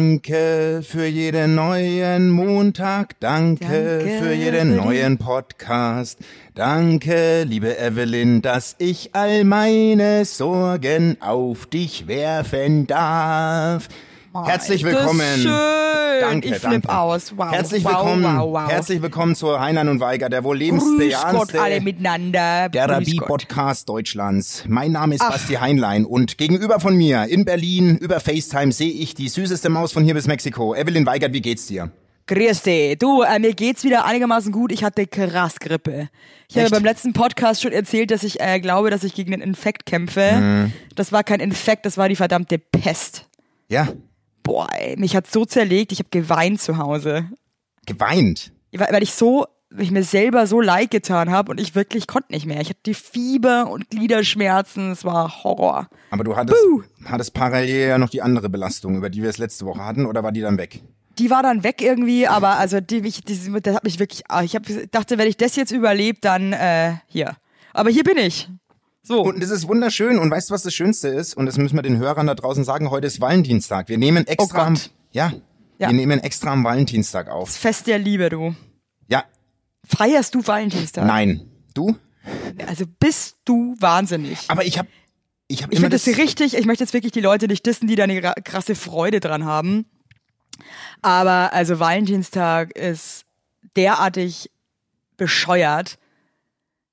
Danke für jeden neuen Montag, danke, Danke für jeden für neuen Podcast. Danke, liebe Evelyn, dass ich all meine Sorgen auf dich werfen darf. Herzlich Oh, ist das willkommen. schön. Danke, Ich flipp danke. aus. Wow, Herzlich wow, willkommen. wow, wow. Herzlich willkommen zu Heinlein und Weiger, der wohl Grüß Gott alle lebensbejahendste miteinander. Grüß Gott. Therapie-Podcast Deutschlands. Mein Name ist Basti Heinlein und gegenüber von mir in Berlin über FaceTime sehe ich die süßeste Maus von hier bis Mexiko. Evelyn Weigert, wie geht's dir? Grüß dich. Du, äh, mir geht's wieder einigermaßen gut. Ich hatte krass Grippe. Ich habe Echt? beim letzten Podcast schon erzählt, dass ich äh, glaube, dass ich gegen einen Infekt kämpfe. Das war kein Infekt, das war die verdammte Pest. Ja, Boah, ey, mich hat so zerlegt, ich habe geweint zu Hause. geweint. weil, weil ich so, weil ich mir selber so leid getan habe und ich wirklich konnte nicht mehr. Ich hatte Fieber und Gliederschmerzen, es war Horror. Aber du hattest, hattest parallel ja noch die andere Belastung, über die wir es letzte Woche hatten, oder war die dann weg? Die war dann weg irgendwie, aber also die, ich, die, das hat mich wirklich, ah, ich hab, dachte, wenn ich das jetzt überlebe, dann äh, hier. Aber hier bin ich. So. Und das ist wunderschön. Und weißt du, was das Schönste ist? Und das müssen wir den Hörern da draußen sagen. Heute ist Valentinstag. Wir nehmen extra Oh am, Gott. ja, Ja. wir nehmen extra am Valentinstag auf. Fest der Liebe, du. Ja, Feierst du Valentinstag? nein. Du? Also bist du wahnsinnig. Aber ich habe ich hab Ich immer finde das richtig, ich möchte jetzt wirklich die Leute nicht dissen, die da eine gra- krasse Freude dran haben. Aber also Valentinstag ist derartig bescheuert.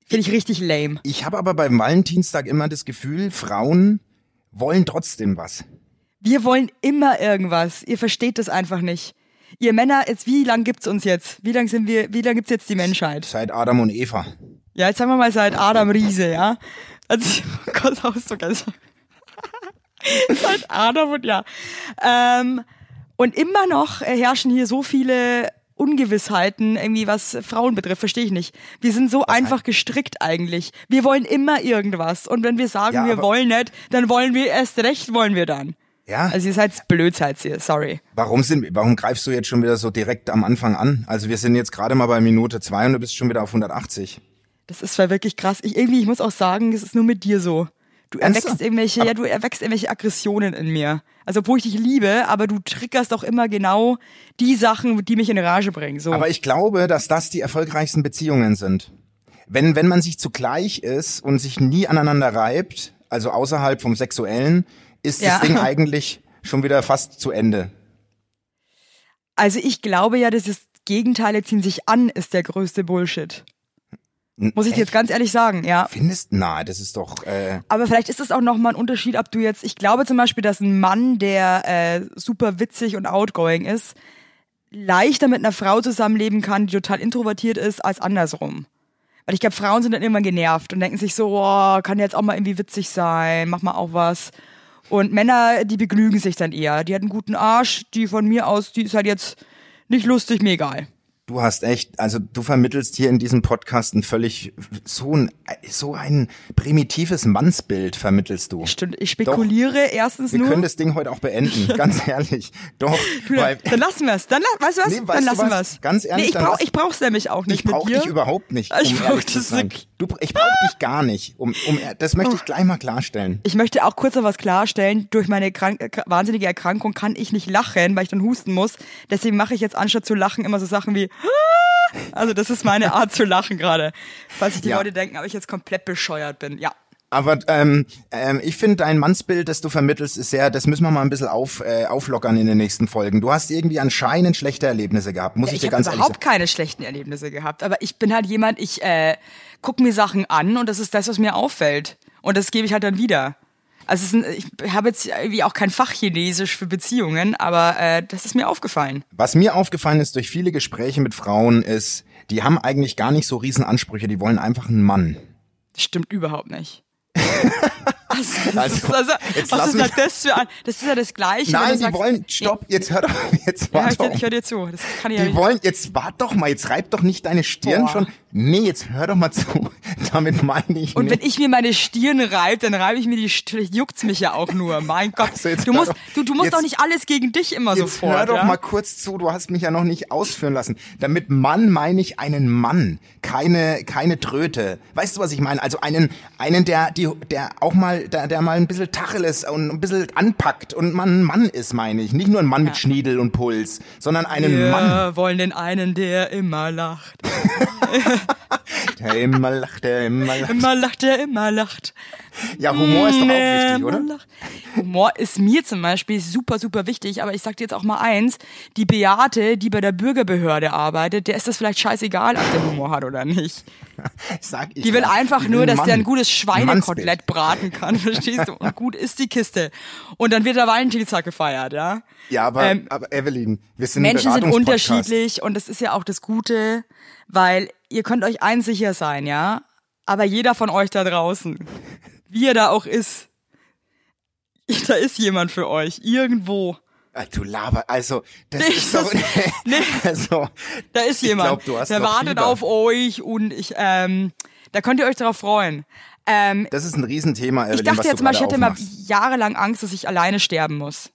Finde ich richtig lame. Ich habe aber beim Valentinstag immer das Gefühl, Frauen wollen trotzdem was. Wir wollen immer irgendwas. Ihr versteht das einfach nicht. Ihr Männer, jetzt wie lang gibt's uns jetzt? Wie lang sind wir, wie lang gibt's jetzt die Menschheit? Seit Adam und Eva. Ja, jetzt haben wir mal seit Adam Riese, ja? Also, oh Gott, auch so ganz. seit Adam und ja. Ähm, und immer noch äh, herrschen hier so viele Ungewissheiten, irgendwie was Frauen betrifft, verstehe ich nicht. Wir sind so einfach gestrickt eigentlich. Wir wollen immer irgendwas. Und wenn wir sagen, Ja, wir aber- wollen nicht, dann wollen wir erst recht, wollen wir dann. Ja? Also ihr seid blöd, seid ihr, sorry. Warum sind, warum greifst du jetzt schon wieder so direkt am Anfang an? Also wir sind jetzt gerade mal bei Minute zwei und du bist schon wieder auf 180. Das ist zwar wirklich krass. Ich, irgendwie, ich muss auch sagen, es ist nur mit dir so. Du Ernsthaft? erweckst irgendwelche, ja, du erweckst irgendwelche Aggressionen in mir. Also, obwohl ich dich liebe, aber du triggerst auch immer genau die Sachen, die mich in Rage bringen. So. Aber ich glaube, dass das die erfolgreichsten Beziehungen sind. Wenn, wenn man sich zugleich ist und sich nie aneinander reibt, also außerhalb vom Sexuellen, ist Ja. das Ding eigentlich schon wieder fast zu Ende. also, ich glaube ja, dass das Gegenteile ziehen sich an, ist der größte Bullshit. Muss ich dir jetzt ganz ehrlich sagen, ja. Findest? Na, das ist doch. Äh, Aber vielleicht ist es auch nochmal ein Unterschied, ob du jetzt, ich glaube zum Beispiel, dass ein Mann, der äh, super witzig und outgoing ist, leichter mit einer Frau zusammenleben kann, die total introvertiert ist, als andersrum. Weil ich glaube, Frauen sind dann immer genervt und denken sich so, oh, kann der jetzt auch mal irgendwie witzig sein, mach mal auch was. Und Männer, die begnügen sich dann eher. Die hat einen guten Arsch, die von mir aus, die ist halt jetzt nicht lustig, mir egal. Du hast echt, also du vermittelst hier in diesem Podcast ein völlig so ein so ein primitives Mannsbild vermittelst du. Stimmt, ich spekuliere erstens Wir nur. können das Ding heute auch beenden, ganz ehrlich. Doch, Du, dann, weil dann lassen wir es. Dann, la- weißt du was? Nee, weißt du dann lassen wir was? es. Ganz ehrlich, nee, ich, dann brauch, lass- ich brauch's nämlich auch nicht ich brauche mit dir. dich überhaupt nicht. Um Ich brauch ehrlich zu das Oh. sein. wirklich- Du, ich brauche dich gar nicht. Um, um, das möchte ich gleich mal klarstellen. ich möchte auch kurz noch was klarstellen. Durch meine krank äh, wahnsinnige Erkrankung kann ich nicht lachen, weil ich dann husten muss. Deswegen mache ich jetzt anstatt zu lachen immer so Sachen wie Also das ist meine Art zu lachen gerade. Falls sich die Ja. Leute denken, aber ich jetzt komplett bescheuert bin. Ja. Aber ähm, ähm, ich finde dein Mannsbild, das du vermittelst, ist sehr, das müssen wir mal ein bisschen auf, äh, auflockern in den nächsten Folgen. Du hast irgendwie anscheinend schlechte Erlebnisse gehabt, muss ich, Äh, Ich, dir habe ganz ehrlich überhaupt sagen. keine schlechten Erlebnisse gehabt, aber ich bin halt jemand, ich äh, gucke mir Sachen an und das ist das, was mir auffällt. Und das gebe ich halt dann wieder. Also es ist ein, ich habe jetzt irgendwie auch kein Fachchinesisch für Beziehungen, aber äh, das ist mir aufgefallen. Was mir aufgefallen ist durch viele Gespräche mit Frauen ist, die haben eigentlich gar nicht so riesen Ansprüche, die wollen einfach einen Mann. Das stimmt überhaupt nicht. Also, das Also, ist, also, jetzt lass was ist mich- denn das für ein, Das ist ja das Gleiche. wenn du Nein, die sagst- wollen, stopp, jetzt hör doch, jetzt Ja, ich, warte. ich höre dir zu. Das kann ich ja die nicht. wollen, jetzt wart doch mal, jetzt reib doch nicht deine Stirn Boah. schon. Nee, jetzt hör doch mal zu. Damit meine ich Und nicht. wenn ich mir meine Stirn reibe, dann reibe ich mir die Stirn, vielleicht juckt's mich ja auch nur. Mein Gott, Also jetzt du hör musst, doch- du, du musst jetzt- doch nicht alles gegen dich immer Jetzt sofort. hör doch ja? mal kurz zu, du hast mich ja noch nicht ausführen lassen. Damit Mann meine ich einen Mann, keine keine Tröte. Weißt du, was ich meine? Also einen einen der die der auch mal der, der mal ein bisschen Tacheles und ein bisschen anpackt und man ein Mann ist, meine ich, nicht nur ein Mann mit Schniedel und Puls, sondern einen Wir Mann, wollen den einen, der immer lacht. der immer lacht, der immer lacht. Immer lacht, der immer lacht. Ja, Humor ist doch auch Nee, wichtig, oder? man lacht. Humor ist mir zum Beispiel super, super wichtig, aber ich sag dir jetzt auch mal eins, die Beate, die bei der Bürgerbehörde arbeitet, der ist das vielleicht scheißegal, ob der Humor hat oder nicht. Ich sag, ich Die will ja. einfach Die nur, will dass Mann. der ein gutes Mannsbild. Schweinekotelett braten kann, verstehst du? Und gut ist die Kiste. Und dann wird der Valentinstag gefeiert, ja? Ja, aber, Ähm, aber Evelyn, wir sind ein Menschen sind Beratungspodcast. unterschiedlich und das ist ja auch das Gute, weil ihr könnt euch eins sicher sein, ja? Aber jeder von euch da draußen, wie er da auch ist, da ist jemand für euch, irgendwo. Ah, Du laber, also das Nee, ist doch. das- nee. Also, Da ist Ich jemand. glaub, du hast der noch wartet Fieber. auf euch und ich, ähm, da könnt ihr euch drauf freuen. Ähm, das ist ein Riesenthema, Evelyn, ich dachte was jetzt du mal, ich gerade hätte mal aufmachst. jahrelang Angst, dass ich alleine sterben muss.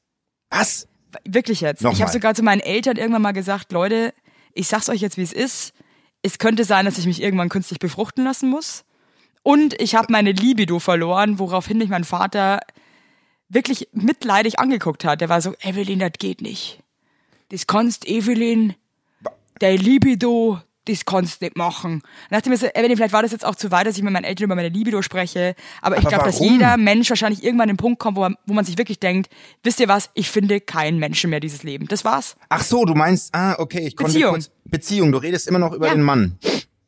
Was? Wirklich jetzt. Ich Nochmal. habe sogar zu meinen Eltern irgendwann mal gesagt, Leute, ich sag's euch jetzt, wie es ist. Es könnte sein, dass ich mich irgendwann künstlich befruchten lassen muss. Und ich habe meine Libido verloren, woraufhin mich mein Vater wirklich mitleidig angeguckt hat. Der war so, Evelyn, das geht nicht. Das kannst Evelyn, der Libido, das kannst nicht machen. Dann dachte ich mir so, Evelyn, vielleicht war das jetzt auch zu weit, dass ich mit meinen Eltern über meine Libido spreche. Aber ich Aber glaube, dass warum? jeder Mensch wahrscheinlich irgendwann an den Punkt kommt, wo man, wo man sich wirklich denkt, wisst ihr was, ich finde keinen Menschen mehr dieses Leben. Das war's. Ach so, du meinst, ah, okay, ich konnte Beziehung. kurz. Beziehung, du redest immer noch über Ja. den Mann.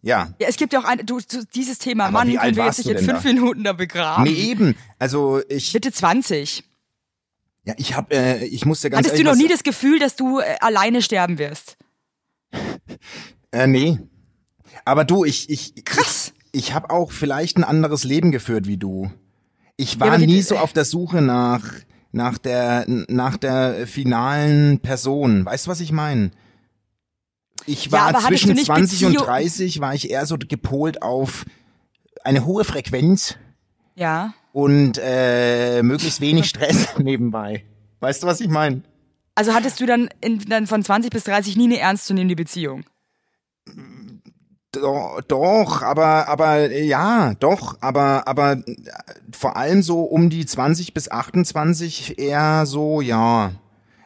Ja. Ja, es gibt ja auch ein, du, du, dieses Thema, Aber Mann, wie alt können wir warst jetzt nicht du in denn fünf Minuten da begraben. Nee, eben. Also ich, Bitte 20. ja, ich hab, äh, ich musste ganz Hattest du ehrlich noch was- nie das Gefühl, dass du äh, alleine sterben wirst? Äh, nee. Aber du, ich, ich, Krass. ich, ich habe auch vielleicht ein anderes Leben geführt wie du. Ich war aber wie nie die- so auf der Suche nach nach der nach der finalen Person. Weißt du, was ich meine? Ich Ja, war aber hattest du zwischen nicht 20 und Beziehung- 30 war ich eher so gepolt auf eine hohe Frequenz Ja. und äh, möglichst wenig Stress nebenbei. Weißt du, was ich meine? Also hattest du dann, in, dann von 20 bis 30 nie eine ernstzunehmende Beziehung? Do, doch, aber, aber äh, ja, doch, aber, aber äh, vor allem so um die 20 bis 28 eher so, ja.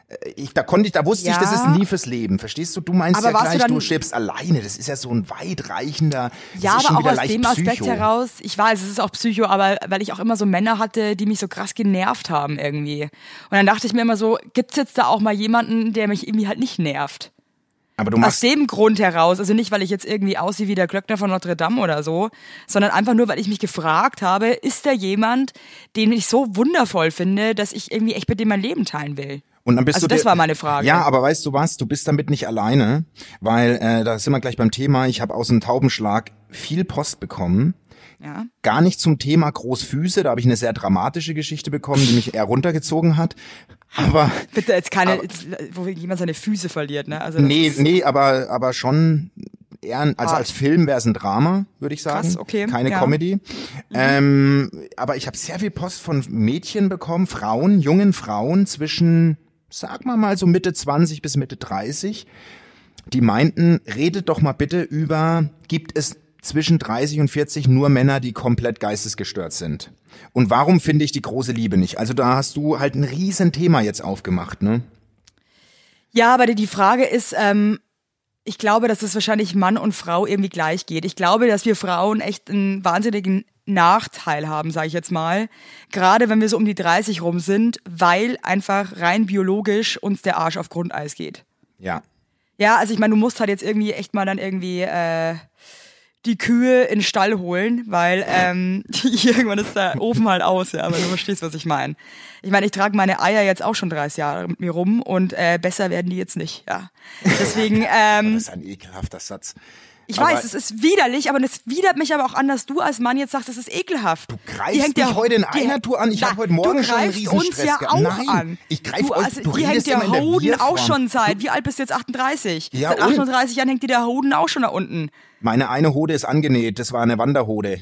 Äh, Ich, da konnte ich, da wusste ich, das ist Ja. nie fürs Leben. Verstehst du? Du meinst Aber ja warst du gleich, du, dann- stirbst alleine. Das ist ja so ein weitreichender. das Ja, ist schon aber wieder auch aus leicht dem Aspekt Psycho. heraus, ich weiß, es ist auch Psycho, aber weil ich auch immer so Männer hatte, die mich so krass genervt haben irgendwie. Und dann dachte ich mir immer so, gibt's jetzt da auch mal jemanden, der mich irgendwie halt nicht nervt? Aber du Aus machst, dem Grund heraus, also nicht, weil ich jetzt irgendwie aussehe wie der Glöckner von Notre Dame oder so, sondern einfach nur, weil ich mich gefragt habe, ist da jemand, den ich so wundervoll finde, dass ich irgendwie echt mit dem mein Leben teilen will? und dann bist also du dir- das war meine Frage. Ja, aber weißt du was? Du bist damit nicht alleine, weil äh, da sind wir gleich beim Thema. Ich habe aus dem Taubenschlag viel Post bekommen. ja. gar nicht zum Thema Großfüße. Da habe ich eine sehr dramatische Geschichte bekommen, die mich eher runtergezogen hat. Aber Bitte jetzt keine, jetzt, wo jemand seine Füße verliert, ne? Also das nee, ist- nee, aber aber schon eher, ein- also Ah. als Film wäre es ein Drama, würde ich sagen. Krass, okay, Keine ja. Mhm. Comedy. Ähm, aber ich habe sehr viel Post von Mädchen bekommen, Frauen, jungen Frauen zwischen, sag mal mal so Mitte 20 bis Mitte 30, die meinten, redet doch mal bitte über, gibt es zwischen 30 und 40 nur Männer, die komplett geistesgestört sind. Und warum finde ich die große Liebe nicht? Also da hast du halt ein riesen Thema jetzt aufgemacht, ne? Ja, aber die- die Frage ist, ähm, ich glaube, dass es wahrscheinlich Mann und Frau irgendwie gleich geht. Ich glaube, dass wir Frauen echt einen wahnsinnigen Nachteil haben, sage ich jetzt mal. Gerade wenn wir so um die 30 rum sind, weil einfach rein biologisch uns der Arsch auf Grundeis geht. Ja. Ja, also ich meine, du musst halt jetzt irgendwie echt mal dann irgendwie äh, die Kühe in den Stall holen, weil ähm, irgendwann ist der Ofen halt aus, ja, aber du verstehst, was ich meine. Ich meine, ich trage meine Eier jetzt auch schon 30 Jahre mit mir rum und äh, besser werden die jetzt nicht, ja. Deswegen, ähm, Das ist ein ekelhafter Satz. Ich Aber weiß, es ist widerlich, aber das widert mich aber auch an, dass du als Mann jetzt sagst, das ist ekelhaft. Du greifst mich heute in einer Tour an. Ich habe heute Morgen schon einen Du greifst uns Riesenstress ja gehabt. auch Nein, an. ich greif du, euch- also, du Dir redest hängt der immer in der Hoden auch Wir-Form. schon seit, wie alt bist du jetzt? 38? Ja, seit und? 38 Jahren hängt dir der Hoden auch schon da unten. Meine eine Hode ist angenäht, das war eine Wanderhode.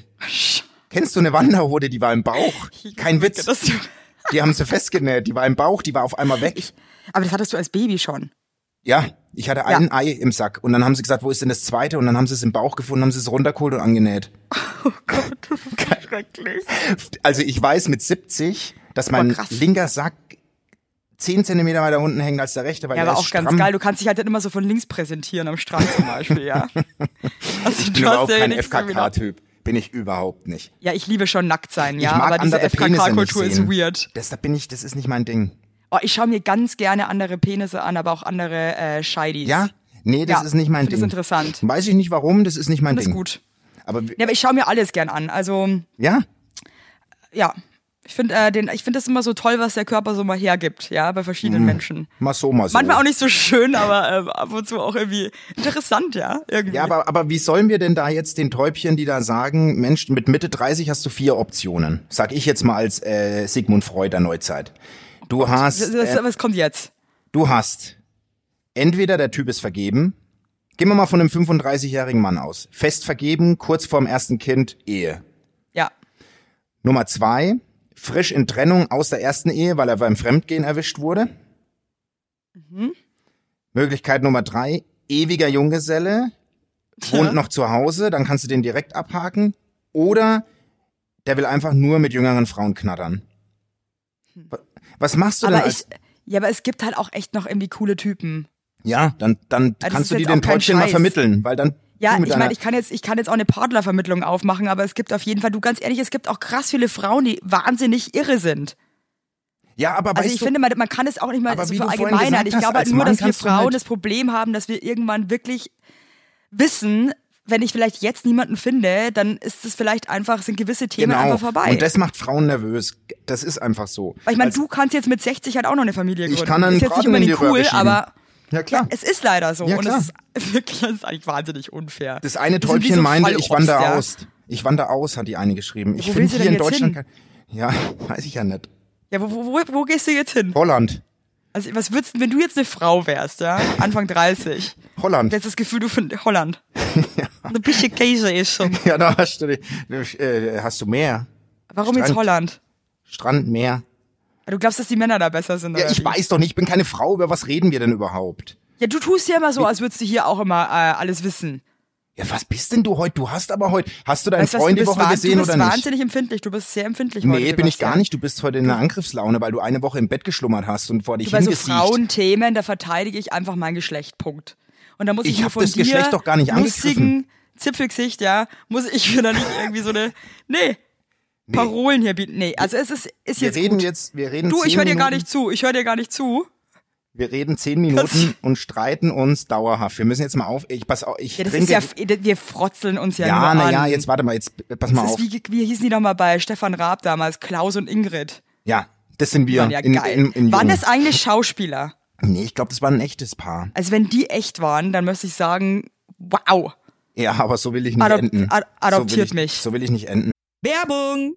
Kennst du eine Wanderhode, die war im Bauch? Kein Witz. Das, Die haben sie festgenäht, die war im Bauch, die war auf einmal weg. aber das hattest du als Baby schon. Ja, ich hatte ein Ei im Sack und dann haben sie gesagt, wo ist denn das zweite? Und dann haben sie es im Bauch gefunden, haben sie es runtergeholt und angenäht. Schrecklich. Also ich weiß mit 70, dass mein krass. linker Sack 10 Zentimeter weiter unten hängt als der rechte, weil Ja, der aber ist auch ganz stramm. geil. Du kannst dich halt dann immer so von links präsentieren am Strand zum Beispiel, ja. Also, Ich bin überhaupt kein FKK. FKK-Typ. Bin ich überhaupt nicht. Ja, ich liebe schon nackt sein, ja. ich mag aber diese andere Penisse nicht FKK-Kultur ist sehen. weird. Das, da bin ich, das ist nicht mein Ding. Oh, ich schaue mir ganz gerne andere Penisse an, aber auch andere äh, Scheidis. Ja? Nee, das Ja, ist nicht mein find das Ding. interessant. Weiß ich nicht warum, das ist nicht mein Das ist Ding. gut. Aber w- Ja, aber ich schaue mir alles gern an. Also, ja, ja. Ich finde äh, den- ich find das immer so toll, was der Körper so mal hergibt, ja, bei verschiedenen Mhm. Menschen. mal so, mal so. Manchmal auch nicht so schön, aber ähm, ab und zu auch irgendwie interessant, ja. Irgendwie. Ja, aber, aber wie sollen wir denn da jetzt den Täubchen, die da sagen, Mensch, mit Mitte 30 hast du vier Optionen? Sag ich jetzt mal als äh, Sigmund Freud der Neuzeit. Du Oh Das- hast, das- äh, was kommt jetzt? du hast, entweder der Typ ist vergeben, gehen wir mal von einem 35-jährigen Mann aus, fest vergeben, kurz vorm ersten Kind, Ehe. Ja. Nummer zwei, frisch in Trennung aus der ersten Ehe, weil er beim Fremdgehen erwischt wurde. Mhm. Möglichkeit Nummer drei, ewiger Junggeselle, wohnt noch zu Hause, dann kannst du den direkt abhaken. Oder der will einfach nur mit jüngeren Frauen knattern. Wa- Was machst du denn Hm. Aber als... ich, ja, aber es gibt halt auch echt noch irgendwie coole Typen. ja, dann, dann Also das ist kannst du die jetzt den auch kein Täubchen mal Scheiß. vermitteln, weil dann... Ja, du mit ich deiner- meine, ich kann jetzt, ich kann jetzt auch eine Partnervermittlung aufmachen, aber es gibt auf jeden Fall, du ganz ehrlich, es gibt auch krass viele Frauen, die wahnsinnig irre sind. ja, aber Also weißt ich du, finde, man, man kann es auch nicht mal Aber so wie du vorhin verallgemeinern. gesagt Ich hast, glaube halt als nur, Mann dass wir kannst du Frauen halt- das Problem haben, dass wir irgendwann wirklich wissen, wenn ich vielleicht jetzt niemanden finde, dann ist es vielleicht einfach, sind gewisse Themen genau. einfach vorbei. Und das macht Frauen nervös. Das ist einfach so. Weil ich meine, Als- du kannst jetzt mit 60 halt auch noch eine Familie gründen. ich kann dann ist jetzt nicht Braten in die unbedingt Röhre cool, schieben. aber ja klar. es ist leider so. Ja, und klar. es ist wirklich, das ist eigentlich wahnsinnig unfair. Das eine Wir sind wie Täubchen so meinte, ich Fallobst, wandere ja. aus. Ich wandere aus, hat die eine geschrieben. Ich Wo finde will sie hier denn in jetzt Deutschland. hin? Kein, ja, weiß ich ja nicht. Ja, wo, wo, wo, wo gehst du jetzt hin? Holland. Also, was würdest du, wenn du jetzt eine Frau wärst, ja? Anfang 30. Holland. Jetzt das Gefühl, du von Holland. Ein bisschen Käse ist schon. Ja, da hast du, die- äh, hast du Meer. Warum jetzt Strand. Holland? Strand, Meer. Du glaubst, dass die Männer da besser sind? Ja, oder ich wie? weiß doch nicht, ich bin keine Frau. Über was reden wir denn überhaupt? Ja, du tust ja immer so, als würdest du hier auch immer äh, alles wissen. Ja, was bist denn du heute? Du hast aber heute, hast du deinen Weißt du, was, Freund du die bist, Woche wahn- gesehen du bist oder nicht? wahnsinnig empfindlich. Du bist sehr empfindlich heute. Nee, bin ich gar Sebastian. nicht. Du bist heute in einer Angriffslaune, weil du eine Woche im Bett geschlummert hast und vor dich Bei so hingesiecht. Frauenthemen, da verteidige ich einfach mein Geschlecht. Punkt. Und da muss ich, Ich mir hab von das dir Geschlecht doch gar nicht lustigen Zipfelgesicht, ja, muss ich mir da nicht irgendwie so eine, nee, Parolen hier bieten. Nee, also es ist, ist wir jetzt reden gut. jetzt, wir reden Du, ich zehn höre dir gar Minuten- nicht zu. Ich höre dir gar nicht zu. Wir reden zehn Minuten und streiten uns dauerhaft. Wir müssen jetzt mal auf. Ich pass auf. Ich Ja, das ist trinke. ja, wir frotzeln uns ja, ja, nur na an. ja, jetzt warte mal. Jetzt äh, pass mal Das auf. ist wie, wie hießen die nochmal bei Stefan Raab damals? Klaus und Ingrid. ja, das sind wir. Waren ja in, geil. in, in waren Jung. das eigentlich Schauspieler? Nee, ich glaube, das war ein echtes Paar. Also wenn die echt waren, dann müsste ich sagen, wow. Ja, aber so will ich nicht Adop- enden. ad- so will adoptiert ich, mich. So will ich nicht enden. Werbung!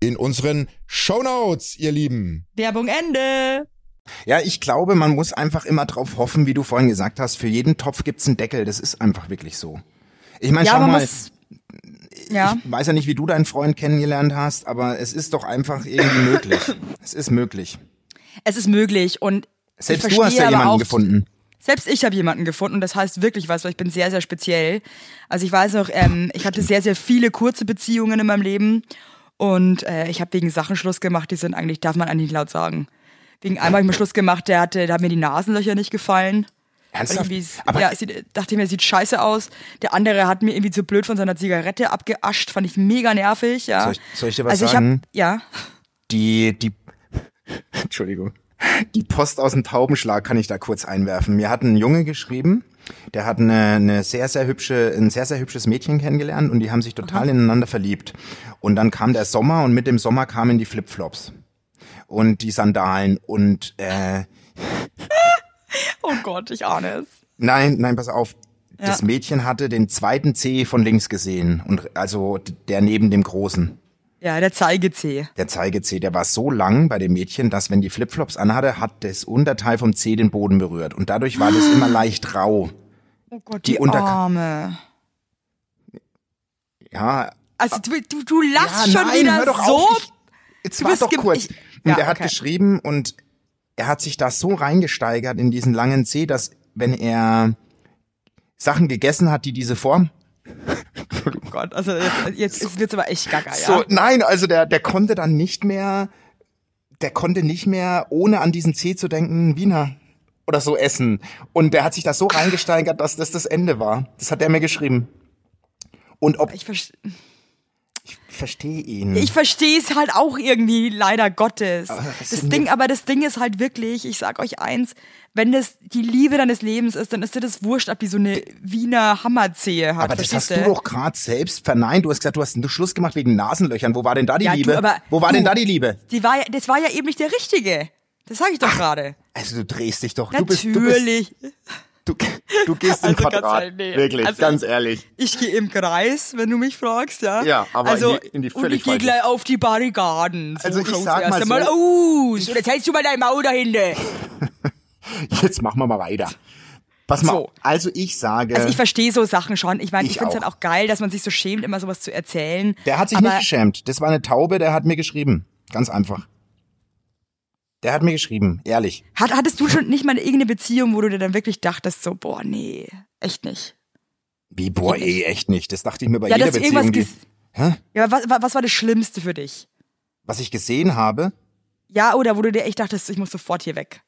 in unseren Shownotes, ihr Lieben. Werbung Ende. Ja, ich glaube, man muss einfach immer drauf hoffen, wie du vorhin gesagt hast, für jeden Topf gibt's einen Deckel. Das ist einfach wirklich so. Ich meine, Ja, schau aber mal, was. Ja. ich weiß ja nicht, wie du deinen Freund kennengelernt hast, aber es ist doch einfach irgendwie möglich. Es ist möglich. Es ist möglich und Selbst ich du hast verstehe ja aber jemanden auch, gefunden. Selbst ich habe jemanden gefunden und das heißt wirklich was, weil ich bin sehr, sehr speziell. Also ich weiß noch, ähm, ich hatte sehr, sehr viele kurze Beziehungen in meinem Leben und äh, ich habe wegen Sachen Schluss gemacht, die sind eigentlich, darf man eigentlich nicht laut sagen. Wegen einmal habe ich mir Schluss gemacht, der hatte, da haben mir die Nasenlöcher nicht gefallen. Ernsthaft? Irgendwie, Aber- aber ja, sieht, dachte ich mir, sieht scheiße aus. Der andere hat mir irgendwie zu blöd von seiner Zigarette abgeascht, fand ich mega nervig. Ja. Soll ich- soll ich dir was also sagen? Ich hab, ja. Die, die, Entschuldigung. Die Post aus dem Taubenschlag kann ich da kurz einwerfen. Mir hat ein Junge geschrieben, der hat eine, eine sehr, sehr hübsche, ein sehr, sehr hübsches Mädchen kennengelernt und die haben sich total ineinander verliebt. Und dann kam der Sommer und mit dem Sommer kamen die Flipflops und die Sandalen und äh, Oh Gott, ich ahne es. Nein, nein, pass auf. Ja. Das Mädchen hatte den zweiten Zeh von links gesehen und also d- der neben dem großen. Ja, der Zeigezeh. Der Zeigezeh, der war so lang bei dem Mädchen, dass wenn die Flipflops anhatte, hat das Unterteil vom Zeh den Boden berührt und dadurch war das immer leicht rau. Oh Gott, Die die Unterka- Arme. Ja, Also du, du, du ja lachst schon nein, wieder hör doch so. auf. Ich, jetzt Du war bist doch gem- kurz. ich- und ja, er hat okay. geschrieben und er hat sich da so reingesteigert in diesen langen Zeh, dass wenn er Sachen gegessen hat, die diese Form oh Gott, also jetzt, jetzt ist- wird's aber echt gaga, Ah, ja. So, nein, also der, der konnte dann nicht mehr, der konnte nicht mehr, ohne an diesen Zeh zu denken, Wiener oder so essen. Und der hat sich da so reingesteigert, dass das das Ende war. Das hat er mir geschrieben. Und ob, Ich, verste- ich verstehe ihn. ich verstehe es halt auch irgendwie, leider Gottes. was Das denn Ding, jetzt? aber das Ding ist halt wirklich, ich sag euch eins, wenn das die Liebe deines Lebens ist, dann ist dir das wurscht, ob die so eine Wiener Hammerzehe hat. aber das hast verstehst du doch gerade selbst verneint. Du hast gesagt, du hast einen Schluss gemacht wegen Nasenlöchern. Wo war denn da die Ja, du, Liebe? aber Wo war du- denn da die Liebe? Die war ja, das war ja eben nicht der Richtige. Das sage ich doch gerade. Also du drehst dich doch. Du bist, Natürlich. du bist, du, du gehst im Also ganz Quadrat. ehrlich, nee. Wirklich, Also- ganz ehrlich. Ich gehe im Kreis, wenn du mich fragst, ja. Ja, aber also, in die- in die Und völlig ich gehe falsche. gleich auf die Barrikaden. So Also ich schaut's sag erst mal so- einmal aus. Jetzt hältst du mal dein Maul dahinter. Jetzt machen wir mal weiter. Pass mal. So. Also ich sage. Also ich verstehe so Sachen schon. Ich meine, ich, Ich finde es halt auch. auch geil, dass man sich so schämt, immer sowas zu erzählen. Der hat sich aber nicht geschämt. Das war eine Taube, der hat mir geschrieben. Ganz einfach. Der hat mir geschrieben, ehrlich. Hat, hattest du schon nicht mal irgendeine Beziehung, wo du dir dann wirklich dachtest, so, boah, nee, echt nicht. Wie, boah, eh, echt nicht. Das dachte ich mir bei Ja, jeder dass du irgendwas Beziehung. Die, ges- hä? Ja, was, wa- was war das Schlimmste für dich? Was ich gesehen habe, Ja, oder wo du dir echt dachtest, ich muss sofort hier weg.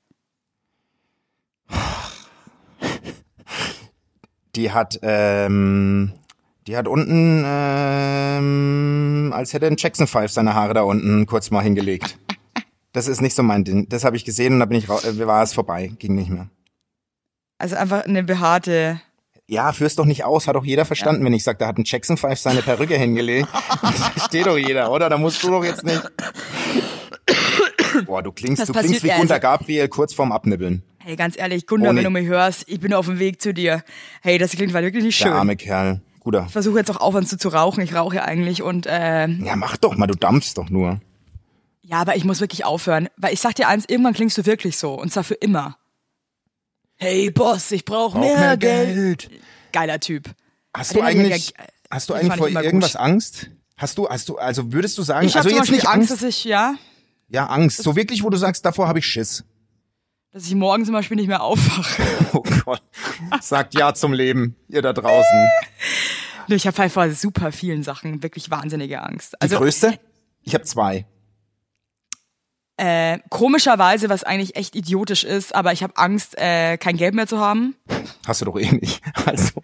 die hat, ähm, die hat unten, ähm, als hätte ein Jackson Five seine Haare da unten kurz mal hingelegt. Das ist nicht so mein Ding. Das habe ich gesehen und da bin ich raus, äh, war es vorbei, ging nicht mehr. Also einfach eine behaarte. Ja, führ's doch nicht aus, hat doch jeder verstanden, wenn ich sage, da hat ein Jackson Five seine Perücke hingelegt. Das versteht doch jeder, oder? Da musst du doch jetzt nicht. Boah, du klingst, Das du klingst passiert wie mir Gunter also- Gabriel kurz vorm Abnibbeln. Hey, ganz ehrlich, Gunda, Oh, nee. wenn du mich hörst, ich bin auf dem Weg zu dir. Hey, das klingt halt wirklich nicht Der schön. arme Kerl. Guter. Ich versuche jetzt auch aufhören zu, zu rauchen. Ich rauche ja eigentlich und ähm, Ja, mach doch mal, du dampfst doch nur. ja, aber ich muss wirklich aufhören, weil ich sag dir eins: Irgendwann klingst du wirklich so und zwar für immer. Hey Boss, ich brauche mehr, Geld. Geiler Typ. Hast Den du hab ich ja eigentlich, ge- hast du den eigentlich fand vor ich immer irgendwas gut. Angst? Hast du, hast du, also würdest du sagen, Ich hab also zum jetzt Beispiel nicht Angst, Angst, dass ich ja, ja Angst, so wirklich, wo du sagst, davor habe ich Schiss. dass ich morgen zum Beispiel nicht mehr aufwache. Oh Gott, sagt ja zum Leben, ihr da draußen. Nee, ich habe halt vor super vielen Sachen wirklich wahnsinnige Angst. Die Also größte? Ich habe zwei. äh, komischerweise, was eigentlich echt idiotisch ist, aber ich habe Angst, äh, kein Geld mehr zu haben. Hast du doch eh nicht. Also,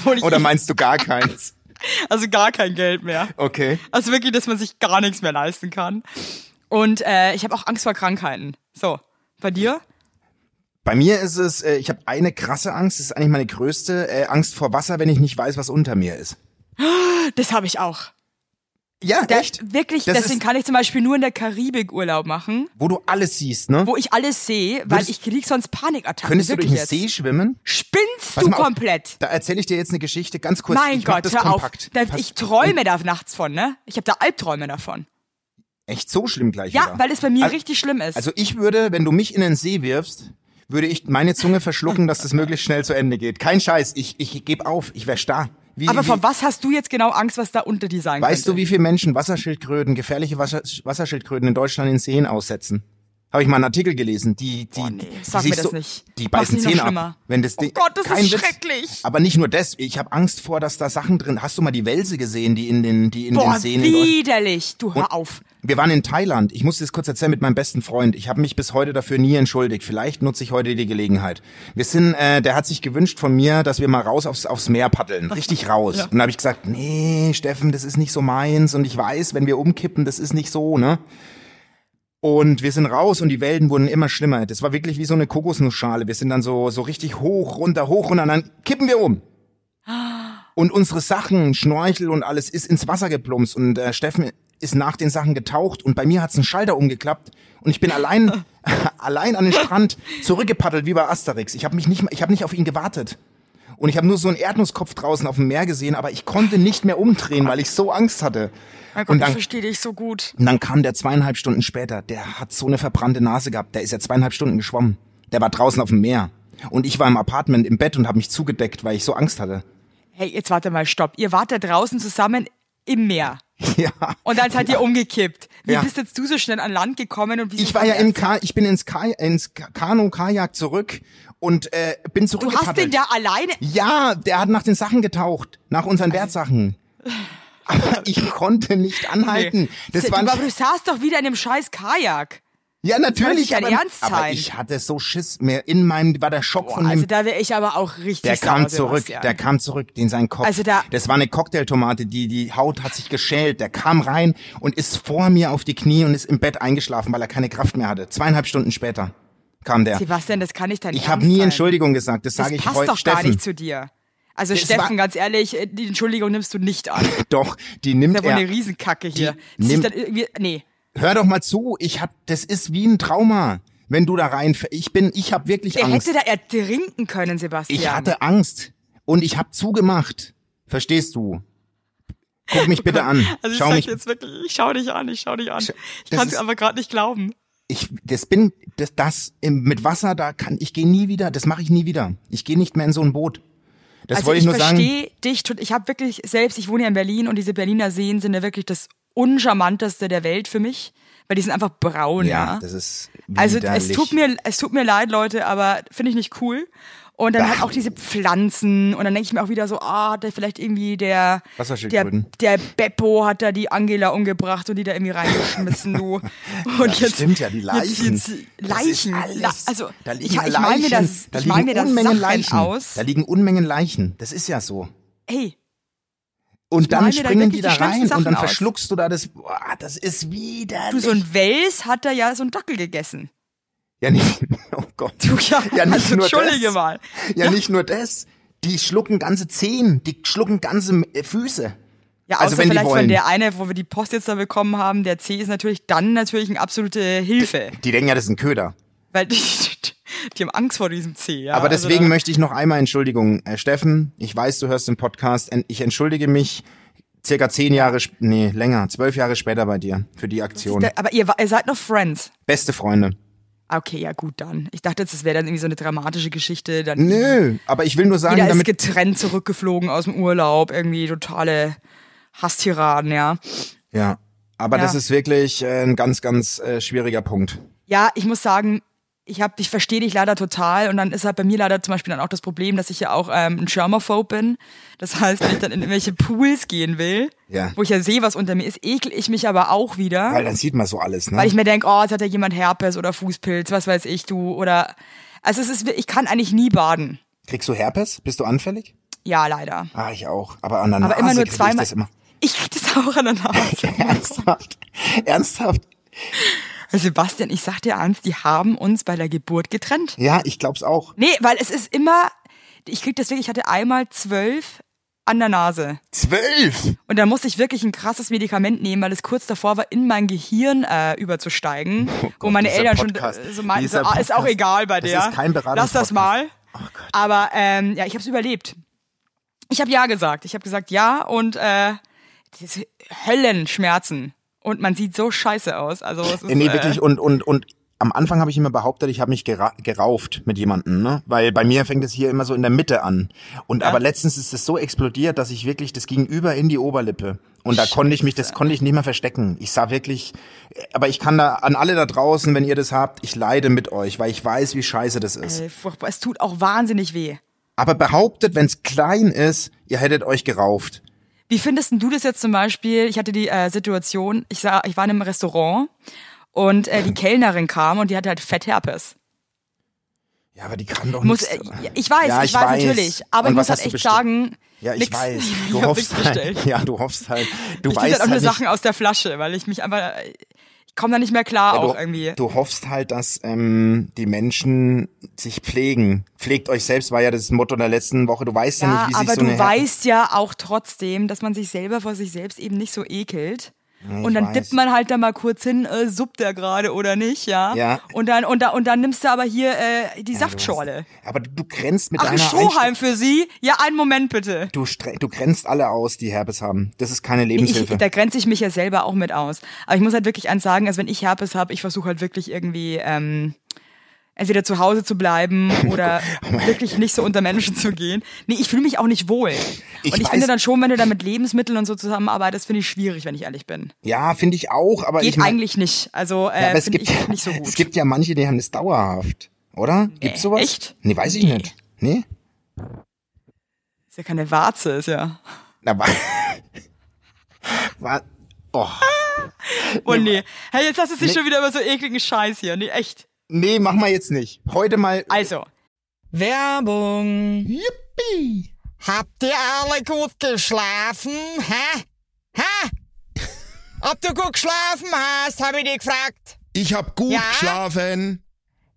Obwohl ich oder meinst du gar keins? also gar kein Geld mehr. Okay. Also wirklich, dass man sich gar nichts mehr leisten kann. Und äh, ich habe auch Angst vor Krankheiten. So, bei dir? Bei mir ist es, äh, ich habe eine krasse Angst, das ist eigentlich meine größte äh, Angst vor Wasser, wenn ich nicht weiß, was unter mir ist. Das habe ich auch. Ja, Da- echt? Wirklich, Das deswegen ist- kann ich zum Beispiel nur in der Karibik Urlaub machen, Wo du alles siehst, ne? wo ich alles sehe, weil Würdest- ich krieg sonst Panikattacken. Könntest du durch den Wirklich See jetzt. schwimmen? Spinnst Pass du mal auf, komplett? Da erzähle ich dir jetzt eine Geschichte, ganz kurz. Mein ich mach Gott, das hör kompakt. auf. Da, Pass- ich träume da nachts von, ne? Ich habe da Albträume davon. Echt so schlimm gleich Ja, wieder. weil es bei mir Also- richtig schlimm ist. Also ich würde, wenn du mich in den See wirfst, würde ich meine Zunge verschlucken, dass das möglichst schnell zu Ende geht. Kein Scheiß, ich, ich gebe auf, ich wär starr. Wie, Aber wie, vor was hast du jetzt genau Angst, was da unter dir sein Weißt du, könnte? wie viele Menschen Wasserschildkröten, gefährliche Wasser, Wasserschildkröten in Deutschland in Seen aussetzen? Habe ich mal einen Artikel gelesen, die, die, nee, die, sag die mir sich das nicht. die Mach's beißen nicht noch Zehen ab. schlimmer. Wenn das Oh Ding, Gott, das ist kein Witz. schrecklich. Aber nicht nur das, ich habe Angst vor, dass da Sachen drin, hast du mal die Wälse gesehen, die in den, die in Boah, den Seen in Deutschland. widerlich. Du hör auf. Wir waren in Thailand. Ich muss das kurz erzählen mit meinem besten Freund. Ich habe mich bis heute dafür nie entschuldigt. Vielleicht nutze ich heute die Gelegenheit. Wir sind, äh, der hat sich gewünscht von mir, dass wir mal raus aufs, aufs Meer paddeln. Richtig raus. Und da habe ich gesagt, nee, Steffen, das ist nicht so meins. Und ich weiß, wenn wir umkippen, das ist nicht so, ne? Und wir sind raus und die Wellen wurden immer schlimmer. Das war wirklich wie so eine Kokosnussschale. Wir sind dann so, so richtig hoch, runter, hoch runter und dann kippen wir um. Und unsere Sachen, Schnorchel und alles, ist ins Wasser geplumpst. Und äh, Steffen ist nach den Sachen getaucht und bei mir hat's einen Schalter umgeklappt. Und ich bin allein, allein an den Strand zurückgepaddelt wie bei Asterix. Ich habe mich nicht, ich habe nicht auf ihn gewartet. Und ich habe nur so einen Erdnusskopf draußen auf dem Meer gesehen, aber ich konnte nicht mehr umdrehen, weil ich so Angst hatte. Mein Gott, Und ich dann, verstehe dich so gut. und dann kam der zweieinhalb Stunden später, der hat so eine verbrannte Nase gehabt, der ist ja zweieinhalb Stunden geschwommen. Der war draußen auf dem Meer. Und ich war im Apartment im Bett und habe mich zugedeckt, weil ich so Angst hatte. Hey, jetzt warte mal, stopp. Ihr wart da draußen zusammen im Meer. Ja. Und dann seid ihr um- umgekippt. Wie Ja. bist jetzt du so schnell an Land gekommen? und wie Ich war ja im Ka ich bin ins, Ka ins Ka- Kanu Kajak zurück und äh, bin Du hast den zurückgepaddelt. da alleine. ja, der hat nach den Sachen getaucht, nach Also- unseren Wertsachen. Aber ich konnte nicht anhalten. Das du, war ein aber du saßt doch wieder in dem scheiß Kajak. ja nicht natürlich, dein aber, Ernst aber sein. ich hatte so Schiss mehr in meinem war der Schock von dem Also da wäre ich aber auch richtig Der sauer, kam zurück, Sebastian. der kam zurück in seinen Kopf. Also da- das war eine Cocktailtomate, die die Haut hat sich geschält. Der kam rein und ist vor mir auf die Knie und ist im Bett eingeschlafen, weil er keine Kraft mehr hatte. Zweieinhalb Stunden später kam der. Sebastian, das kann nicht dein Ich Ernst habe nie sein. Entschuldigung gesagt, das Das sage ich passt heute. doch Steffen, gar nicht zu dir. Also Das Steffen, war- ganz ehrlich, äh, die Entschuldigung nimmst du nicht an. doch, die nimmt Da war er. eine Riesenkacke hier. Die Die sich nimmt- dann irgendwie, nee. Hör doch mal zu, ich hab, das ist wie ein Trauma, wenn du da rein. Ich bin, ich habe wirklich Der Angst. hätte da ertrinken können, Sebastian. Ich hatte Angst und ich habe zugemacht. Verstehst du? Guck mich bitte an. Also ich Schau sag mich jetzt wirklich, ich schau dich an, ich schau dich an. Ich das kann es ist- aber gerade nicht glauben. ich das bin das, das im, mit Wasser da kann ich gehe nie wieder das mache ich nie wieder ich gehe nicht mehr in so ein Boot das also wollte ich, ich nur sagen verstehe dich. tot- Ich habe wirklich selbst, ich wohne ja in Berlin und diese Berliner Seen sind ja wirklich das uncharmanteste der Welt für mich, weil die sind einfach braun. Ja, ja das ist also widerlich. es tut mir, es tut mir leid, Leute, aber finde ich nicht cool. Und dann halt auch diese Pflanzen und dann denke ich mir auch wieder so, ah, hat da vielleicht irgendwie der der, Wasserschildkröten. der Beppo hat da die Angela umgebracht und die da irgendwie reingeschmissen, du. Und Ja, stimmt ja, die Leichen. Jetzt, jetzt, Das ist Leichen. alles. La- also da liegen ich, ja ich mal mir Leichen. das, da ich liegen mal mir das Unmengen Sachen Leichen. aus. Da liegen Unmengen Leichen. Das ist ja so. Hey, Und mal dann mir da springen die wirklich da die schlimmsten rein und dann Sachen aus. verschluckst du da das. Boah, das ist widerlich. du, so ein Wels hat da ja so einen Dackel gegessen. ja, nicht, oh Gott. Du, ja, nicht also, nur entschuldige das. mal. Ja, nicht nur das. Die schlucken ganze Zehen, die schlucken ganze äh, Füße. Ja, außer Also, wenn die vielleicht wollen. von der eine, wo wir die Post jetzt da bekommen haben, der C ist natürlich dann natürlich eine absolute Hilfe. Die denken ja, das ist ein Köder. Weil die, die haben Angst vor diesem C. Ja? Aber Also deswegen da- möchte ich noch einmal Entschuldigung, äh, Steffen. Ich weiß, du hörst den Podcast. Ent- Ich entschuldige mich circa zehn Jahre, sp- nee, länger, zwölf Jahre säter bei dir für die Aktion. Da- aber ihr, wa- ihr seid noch Friends. Beste Freunde. Ah, Okay, ja gut dann. Ich dachte jetzt, das wäre dann irgendwie so eine dramatische Geschichte. Dann Nö, aber ich will nur sagen, jeder ist damit, getrennt zurückgeflogen aus dem Urlaub. Irgendwie totale Hasstiraden, ja. ja, aber Ja. das ist wirklich äh, ein ganz, ganz äh, schwieriger Punkt. Ja, ich muss sagen, ich hab, ich verstehe dich leider total und dann ist halt bei mir leider zum Beispiel dann auch das Problem, dass ich ja auch ähm, ein Germaphobe bin. Das heißt, wenn ich dann in irgendwelche Pools gehen will, Ja. wo ich ja sehe, was unter mir ist, ekel ich mich aber auch wieder. Weil dann sieht man so alles, ne? weil ich mir denke, oh, jetzt hat ja jemand Herpes oder Fußpilz, was weiß ich, du, oder, also es ist, ich kann eigentlich nie baden. Kriegst du Herpes? Bist du anfällig? Ja, leider. Ah, ich auch. Aber an der Aber Nase immer nur krieg ich zweimal. das immer. Ich krieg das auch an der Nase. Ernsthaft? Ernsthaft? Sebastian, ich sag dir eins, die haben uns bei der Geburt getrennt. Ja, ich glaub's auch. Nee, weil es ist immer, ich krieg das wirklich, ich hatte einmal zwölf an der Nase. Zwölf! Und da musste ich wirklich ein krasses Medikament nehmen, weil es kurz davor war, in mein Gehirn äh, überzusteigen. wo meine Oh dieser Eltern Podcast. schon äh, so meinten, so, Dieser ah, ist auch Podcast. egal bei Das der. ist kein Lass Beratungspodcast. das Oh mal. Aber ähm, ja, ich habe es überlebt. Ich habe ja gesagt. Ich habe gesagt ja und äh, diese Höllenschmerzen. Und man sieht so scheiße aus. Also es ist, Nee, äh, wirklich. Und, und, und am Anfang habe ich immer behauptet, ich habe mich gera gerauft mit jemandem, ne? Weil bei mir fängt es hier immer so in der Mitte an. Und aber letztens ist es so explodiert, dass ich wirklich das Gegenüber in die Oberlippe. Und da konnte ich mich, das konnte ich nicht mehr verstecken. Ich sah wirklich, aber ich kann da an alle da draußen, wenn ihr das habt, ich leide mit euch, weil ich weiß, wie scheiße das ist. äh, furchtbar. Es tut auch wahnsinnig weh. Aber behauptet, wenn's klein ist, ihr hättet euch gerauft. Wie findest denn du das jetzt zum Beispiel? Ich hatte die äh, Situation, ich, sah, ich war in einem Restaurant und äh, die Kellnerin kam und die hatte halt Fettherpes. Ja, aber die kann doch Muss, nichts- äh, ich weiß, Ja, ich, weiß, natürlich. Aber Und ich muss was hast halt du echt bestellt? sagen, Ja, ich nix. weiß. Ich Du hab hoffst nichts halt. bestellt. Ja, du hoffst halt. Du ich krieg weißt halt auch nur halt nicht, Sachen aus der Flasche, weil ich mich einfach, ich komme da nicht mehr klar Ja, auch du, irgendwie. Du hoffst halt, dass ähm, die Menschen sich pflegen. Pflegt euch selbst, war ja das Motto der letzten Woche. Du weißt ja, ja, nicht, wie aber sich so du eine weißt ja auch trotzdem, dass man sich selber vor sich selbst eben nicht so ekelt. ich und dann weiß. dippt man halt da mal kurz hin, äh, suppt er gerade oder nicht, ja. Ja. Und dann und da und dann nimmst du aber hier äh, die Saftschorle. Aber du, du grenzt mit Ach, ein deiner Strohhalm Einstellung- für Sie? Ja, einen Moment bitte. Du, stre- du grenzt alle aus, die Herpes haben. Das ist keine Ich, Lebenshilfe. da grenze ich mich ja selber auch mit aus. Aber ich muss halt wirklich eins sagen, also wenn ich Herpes habe, ich versuche halt wirklich irgendwie ähm, entweder zu Hause zu bleiben oder wirklich nicht so unter Menschen zu gehen. Nee, ich fühle mich auch nicht wohl. Ich und ich weiß- finde dann schon, wenn du da mit Lebensmitteln und so zusammenarbeitest, finde ich schwierig, wenn ich ehrlich bin. ja, finde ich auch, aber Geht ich mein- eigentlich nicht. Also Ja, äh, aber es finde gibt, ich nicht so gut. es gibt ja manche, die haben das dauerhaft, oder? Gibt's sowas? echt? Nee, weiß ich Nee. nicht. Nee? ist ja keine Warze, ist ja. Na, wa- wa- oh. Oh nee. Hey, jetzt hast du dich schon wieder über so ekligen Scheiß hier. Nee, echt. Nee, mach mal jetzt nicht. Heute mal. Äh, Also. Werbung. Yippie! Habt ihr alle gut geschlafen? Hä? Hä? Ob du gut geschlafen hast, habe ich dich gefragt. Ich hab gut Ja? geschlafen.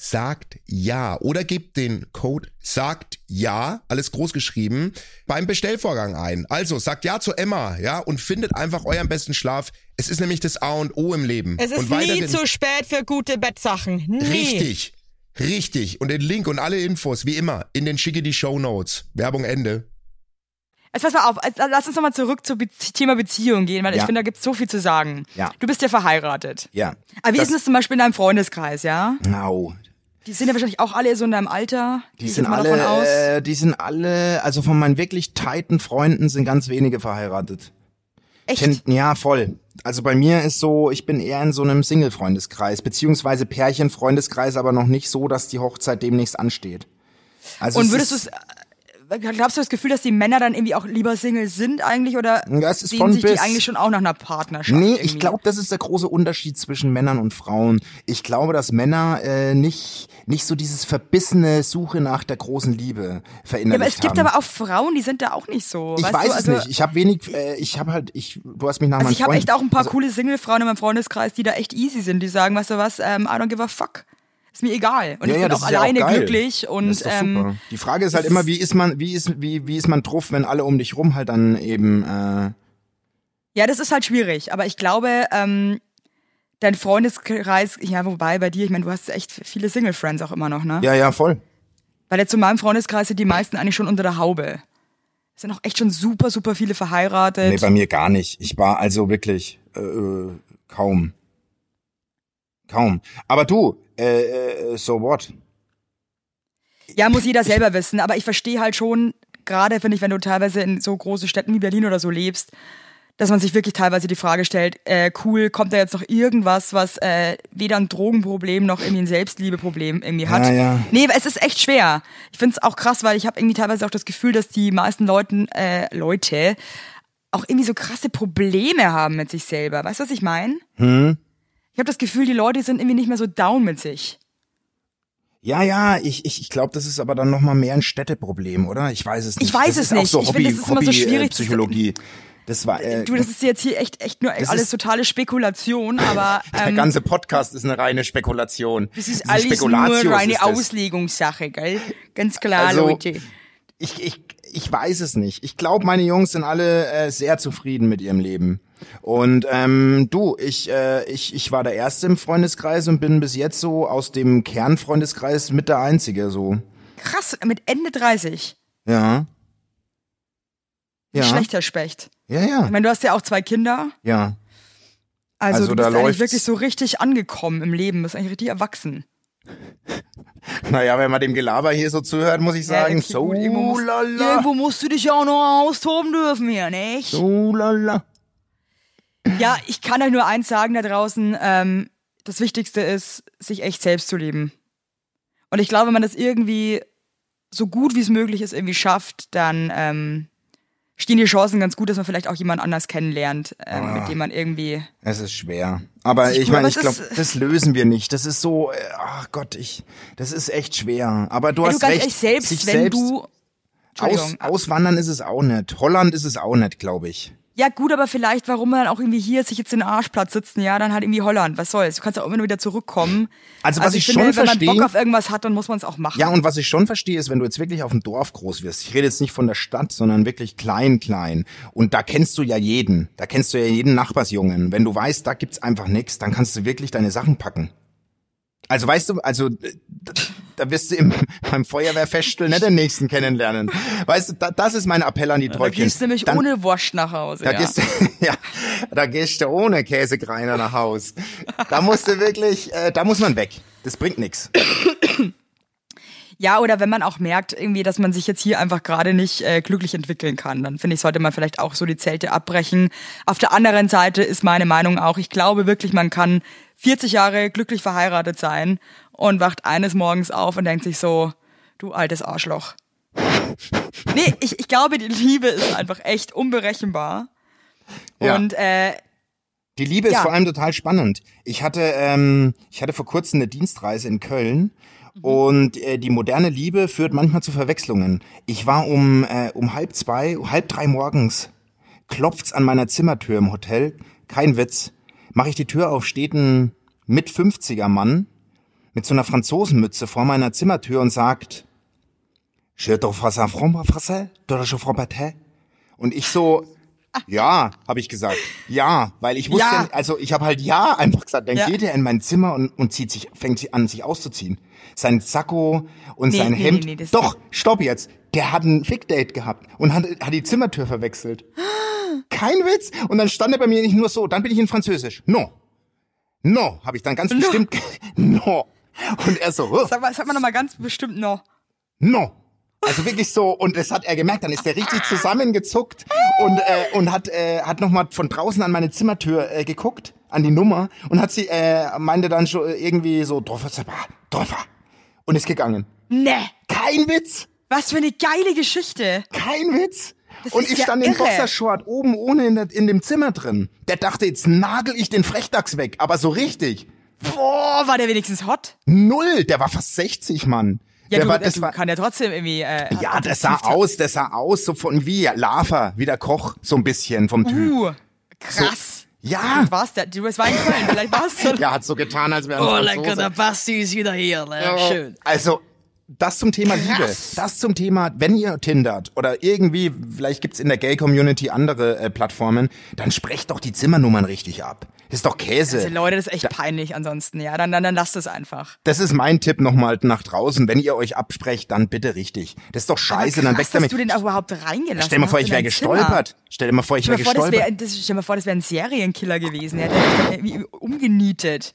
sagt ja oder gebt den Code sagt ja, alles groß geschrieben, beim Bestellvorgang ein. Also sagt ja zu Emma, ja, und findet einfach euren besten Schlaf. Es ist nämlich das A und O im Leben. Es ist und nie weiterhin- zu spät für gute Bettsachen. Nie. Richtig. Richtig. Und den Link und alle Infos, wie immer, in den schicke die Show Notes. Werbung Ende. Jetzt pass mal auf, also lass uns nochmal zurück zum Be Thema Beziehung gehen, weil Ja. ich finde, da gibt's so viel zu sagen. Ja. Du bist ja verheiratet. ja. Aber wie Das- ist denn das zum Beispiel in deinem Freundeskreis, ja? Genau. Die sind ja wahrscheinlich auch alle so in deinem Alter. Die Gehe ich sind jetzt mal davon aus. alle, äh, die sind alle, also von meinen wirklich tighten Freunden sind ganz wenige verheiratet. Echt? Kennt- Ja, voll. Also bei mir ist so, ich bin eher in so einem Single-Freundeskreis, beziehungsweise Pärchen-Freundeskreis, aber noch nicht so, dass die Hochzeit demnächst ansteht. Also Und es würdest du ist- es, glaubst du das Gefühl, dass die Männer dann irgendwie auch lieber Single sind eigentlich oder Das ist sehen von sich die bis. eigentlich schon auch nach einer Partnerschaft? Nee, irgendwie? ich glaube, das ist der große Unterschied zwischen Männern und Frauen. Ich glaube, dass Männer äh, nicht, nicht so dieses verbissene Suche nach der großen Liebe Ja, verinnerlicht aber es gibt haben. aber auch Frauen, die sind da auch nicht so. ich weißt weiß du? es also, nicht. Ich habe wenig, äh, ich habe halt, ich, du hast mich nach Also meinem ich habe Freund- echt auch ein paar also, coole Single-Frauen in meinem Freundeskreis, die da echt easy sind, die sagen, weißt du was, ähm, I don't give a fuck. Ist mir egal. Und ja, ich ja, bin das auch ist ja alleine geil. glücklich und das ist doch ähm, super. Die Frage ist halt immer, wie ist man, wie ist, wie, wie ist man drauf, wenn alle um dich rum halt dann eben äh, Ja, das ist halt schwierig, aber ich glaube, ähm, dein Freundeskreis, ja, wobei bei dir, ich meine, du hast echt viele Single-Friends auch immer noch, ne? ja, ja, voll. Weil jetzt in meinem Freundeskreis sind die meisten eigentlich schon unter der Haube. Es sind auch echt schon super, super viele verheiratet. Nee, bei mir gar nicht. Ich war also wirklich äh, äh, kaum. Kaum. Aber du, äh, äh, so what? ja, muss jeder selber wissen, aber ich verstehe halt schon, gerade finde ich, wenn du teilweise in so großen Städten wie Berlin oder so lebst, dass man sich wirklich teilweise die Frage stellt, äh, cool, kommt da jetzt noch irgendwas, was äh, weder ein Drogenproblem noch irgendwie ein Selbstliebeproblem irgendwie hat. Ja, ja. Nee, es ist echt schwer. Ich finde es auch krass, weil ich habe irgendwie teilweise auch das Gefühl, dass die meisten Leuten, äh, Leute auch irgendwie so krasse Probleme haben mit sich selber. Weißt du, was ich meine? Hm. Ich habe das Gefühl, die Leute sind irgendwie nicht mehr so down mit sich. Ja, ja, ich, ich, ich glaube, das ist aber dann nochmal mehr ein Städteproblem, oder? Ich weiß es nicht. Ich weiß das es ist Auch nicht. so Ich Hobby, finde, das ist immer Hobby so schwierig äh, zu- Psychologie. Das war äh, Du, das ist jetzt hier echt, echt nur Das alles ist- totale Spekulation, aber der ähm, ganze Podcast ist eine reine Spekulation. das ist eine alles nur Spekulatius reine ist das. Auslegungssache, gell? Ganz klar, Also- Leute. ich, ich, ich weiß es nicht. Ich glaube, meine Jungs sind alle äh, sehr zufrieden mit ihrem Leben. Und ähm, du, ich, äh, ich, ich war der Erste im Freundeskreis und bin bis jetzt so aus dem Kernfreundeskreis mit der Einzige so. Krass, mit Ende 30. Ja. Ja. Schlechter Specht. Ja, ja. Ich meine, du hast ja auch zwei Kinder. Ja. Also, Also, du da bist eigentlich läuft's. wirklich so richtig angekommen im Leben, bist eigentlich richtig erwachsen. Naja, wenn man dem Gelaber hier so zuhört, muss ich sagen, okay, so gut, irgendwo, musst, lala. irgendwo musst du dich ja auch noch austoben dürfen hier, nicht? So lala. Ja, ich kann euch nur eins sagen da draußen. Ähm, das Wichtigste ist, sich echt selbst zu lieben. Und ich glaube, wenn man das irgendwie so gut wie es möglich ist, irgendwie schafft, dann ähm, stehen die Chancen ganz gut, dass man vielleicht auch jemand anders kennenlernt, ähm, Ah. mit dem man irgendwie. Es ist schwer. Aber ist ich gut, meine, aber ich es glaube, ist- das lösen wir nicht. Das ist so, äh, ach Gott, ich, das ist echt schwer. Aber du Wenn du hast ganz recht. ehrlich selbst, sich wenn selbst du. aus, Entschuldigung. auswandern ist es auch nicht. Holland ist es auch nicht, glaube ich. Ja, gut, aber vielleicht, warum man dann auch irgendwie hier sich jetzt in den Arschplatz sitzen, ja, dann halt irgendwie Holland. Was soll's? Du kannst auch immer wieder zurückkommen. Also, was ich finde, schon halt, wenn verstehe- man Bock auf irgendwas hat, dann muss man es auch machen. Ja, und was ich schon verstehe, ist, wenn du jetzt wirklich auf dem Dorf groß wirst. Ich rede jetzt nicht von der Stadt, sondern wirklich klein, klein. Und da kennst du ja jeden. Da kennst du ja jeden Nachbarsjungen. Wenn du weißt, da gibt's einfach nichts, dann kannst du wirklich deine Sachen packen. Also weißt du, also äh, da, da wirst du im, beim Feuerwehrfestel nicht den nächsten kennenlernen. Weißt du, da, das ist mein Appell an die da Täubchen. gehst du nämlich Dann- ohne Wasch nach Hause. da ja. gehst du, ja, da gehst du ohne Käsekreiner nach Haus. Da musst du wirklich, äh, da muss man weg. Das bringt nix. Ja, oder wenn man auch merkt, irgendwie, dass man sich jetzt hier einfach gerade nicht äh, glücklich entwickeln kann, dann finde ich, sollte man vielleicht auch so die Zelte abbrechen. Auf der anderen Seite ist meine Meinung auch, ich glaube wirklich, man kann 40 Jahre glücklich verheiratet sein und wacht eines Morgens auf und denkt sich so, du altes Arschloch. Nee, ich, ich glaube, die Liebe ist einfach echt unberechenbar. Ja. Und äh, Die Liebe Ja. ist vor allem total spannend. Ich hatte, ähm, ich hatte vor kurzem eine Dienstreise in Köln und äh, die moderne Liebe führt manchmal zu Verwechslungen. Ich war um, äh, um halb zwei, halb drei morgens, klopft's an meiner Zimmertür im Hotel. Kein Witz. Mache ich die Tür auf, steht ein mit 50er Mann mit so einer Franzosenmütze vor meiner Zimmertür und sagt, Je te frasse un franc, ma frasse, de la chauffeur Und ich so, ja, habe ich gesagt. Ja, weil ich wusste, Ja. also ich habe halt ja einfach gesagt. Dann Ja. geht er in mein Zimmer und, und zieht sich, fängt sich an, sich auszuziehen. Sein Sakko und Nee, sein nee, Hemd. nee, nee, das- Doch, stopp jetzt. Der hat ein Fick-Date gehabt und hat, hat die Zimmertür verwechselt. Kein Witz. Und dann stand er bei mir nicht nur so, dann bin ich in Französisch. No. No, habe ich dann ganz bestimmt. No. Und er so, "Oh, sag mal, sag mal nochmal ganz bestimmt noch. no. Also wirklich so, und das hat er gemerkt, dann ist er richtig zusammengezuckt und, äh, und hat, äh, hat nochmal von draußen an meine Zimmertür äh, geguckt, an die Nummer, und hat sie, äh, meinte dann schon irgendwie so, Dorfer, Dorfer, und ist gegangen. Nee. Kein Witz! ne, Was für eine geile Geschichte. Kein Witz. Das und ist ich ja stand im irre. Boxershort oben ohne in, der, in dem Zimmer drin. Der dachte, jetzt nagel ich den Frechdachs weg. Aber so richtig. Boah, war der wenigstens hot? Null. Der war fast 60, Mann. der Ja, du, äh, war, du kann ja trotzdem irgendwie. Äh, ja, das sah aus, das sah aus, so von wie Lava, wie der Koch, so ein bisschen vom Typ. Uh, krass. Ja. War's der? Du, es war in Köln, vielleicht war's so. Der hat so getan, als wäre er ein Oh, Franzose. lecker, der Basti ist wieder hier. Ne? Oh. Schön. Also, das zum Thema Liebe. Das zum Thema, wenn ihr tindert oder irgendwie, vielleicht gibt's in der Gay-Community andere äh, Plattformen, dann sprecht doch die Zimmernummern richtig ab. Das ist doch Käse. Also Leute, das ist echt peinlich ansonsten. Ja, dann, dann, dann lasst es einfach. Das ist mein Tipp nochmal nach draußen. Wenn ihr euch absprecht, dann bitte richtig. Das ist doch scheiße, dann weg Krass, dass damit. du den auch überhaupt reingelassen Stell dir mal vor, hast ich in wäre dein Zimmer. gestolpert. Stell dir mal vor, ich Stell wäre dir mal vor, das wär, gestolpert. das, stell dir mal vor, das wäre ein Serienkiller gewesen. Der hätte dich irgendwie umgenietet.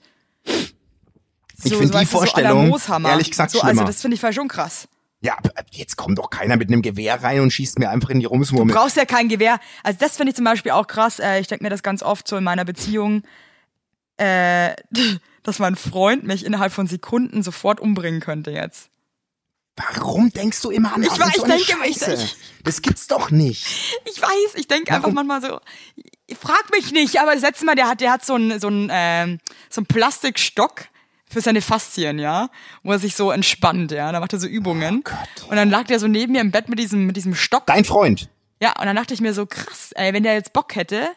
So, Ich finde die weißt du, So à la Vorstellung, Mooshammer. ehrlich gesagt, so, schlimmer. Also das finde ich voll schon krass. Ja, aber äh, jetzt kommt doch keiner mit einem Gewehr rein und schießt mir einfach in die Rumsmurmel. brauchst ja kein Gewehr. Also das finde ich zum Beispiel auch krass. Äh, ich denke mir das ganz oft so in meiner Beziehung, äh, dass mein Freund mich innerhalb von Sekunden sofort umbringen könnte jetzt. Warum denkst du immer an Ich an weiß, so eine ich denke, ich- Scheiße? ich- Das gibt's doch nicht. Ich weiß, ich denke einfach manchmal so, frag mich nicht, aber das letzte Mal, der hat, der hat so einen so einen, ähm, so einen Plastikstock für seine Faszien, ja, wo er sich so entspannt, ja, da macht er so Übungen. Und dann lag der so neben mir im Bett mit diesem, mit diesem Stock. Dein Freund. Ja, und dann dachte ich mir so, krass, ey, wenn der jetzt Bock hätte,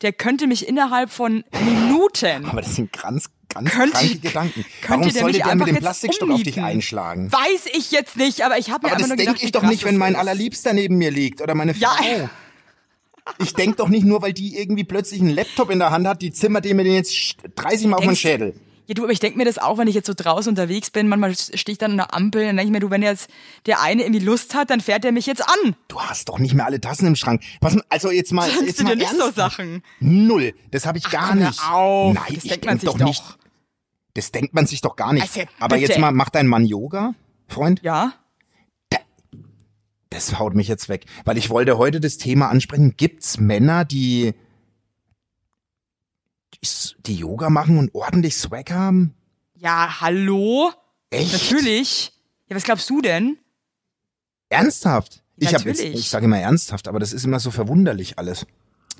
der könnte mich innerhalb von Minuten, Aber das sind ganz, ganz Könnte- kranke Gedanken. könnte Warum der mich sollte der einfach mit dem jetzt Plastikstock auf dich umnieten? einschlagen? weiß ich jetzt nicht, aber ich habe mir Aber einfach das nur denke gedacht, ich wie doch krass nicht, wenn das mein ist. Allerliebster neben mir liegt oder meine Ja. Frau. Ich denke doch nicht nur, weil die irgendwie plötzlich einen Laptop in der Hand hat, die zimmert dem mir den jetzt sch- 30 Mal auf den Denkst- Schädel. Ja, du, aber ich denke mir das auch, wenn ich jetzt so draußen unterwegs bin, manchmal stehe ich dann an der Ampel und denke ich mir, du, wenn jetzt der eine irgendwie Lust hat, dann fährt der mich jetzt an. Du hast doch nicht mehr alle Tassen im Schrank. Was, also jetzt mal, Kannst jetzt du mal dir nicht so ernsthaft. Sachen? Null. Das habe ich gar komm, hör nicht. auf. Nein, Das ich denkt man denke sich doch, doch. nicht. Das denkt man sich doch gar nicht. Also, Aber bitte. jetzt mal, macht dein Mann Yoga, Freund? Ja? Das haut mich jetzt weg, weil ich wollte heute das Thema ansprechen. Gibt's Männer, die die Yoga machen und ordentlich Swag haben? Ja, hallo? Echt? Natürlich. Ja, was glaubst du denn? Ernsthaft? Ich, hab jetzt, Natürlich. ich sage immer ernsthaft, aber das ist immer so verwunderlich alles.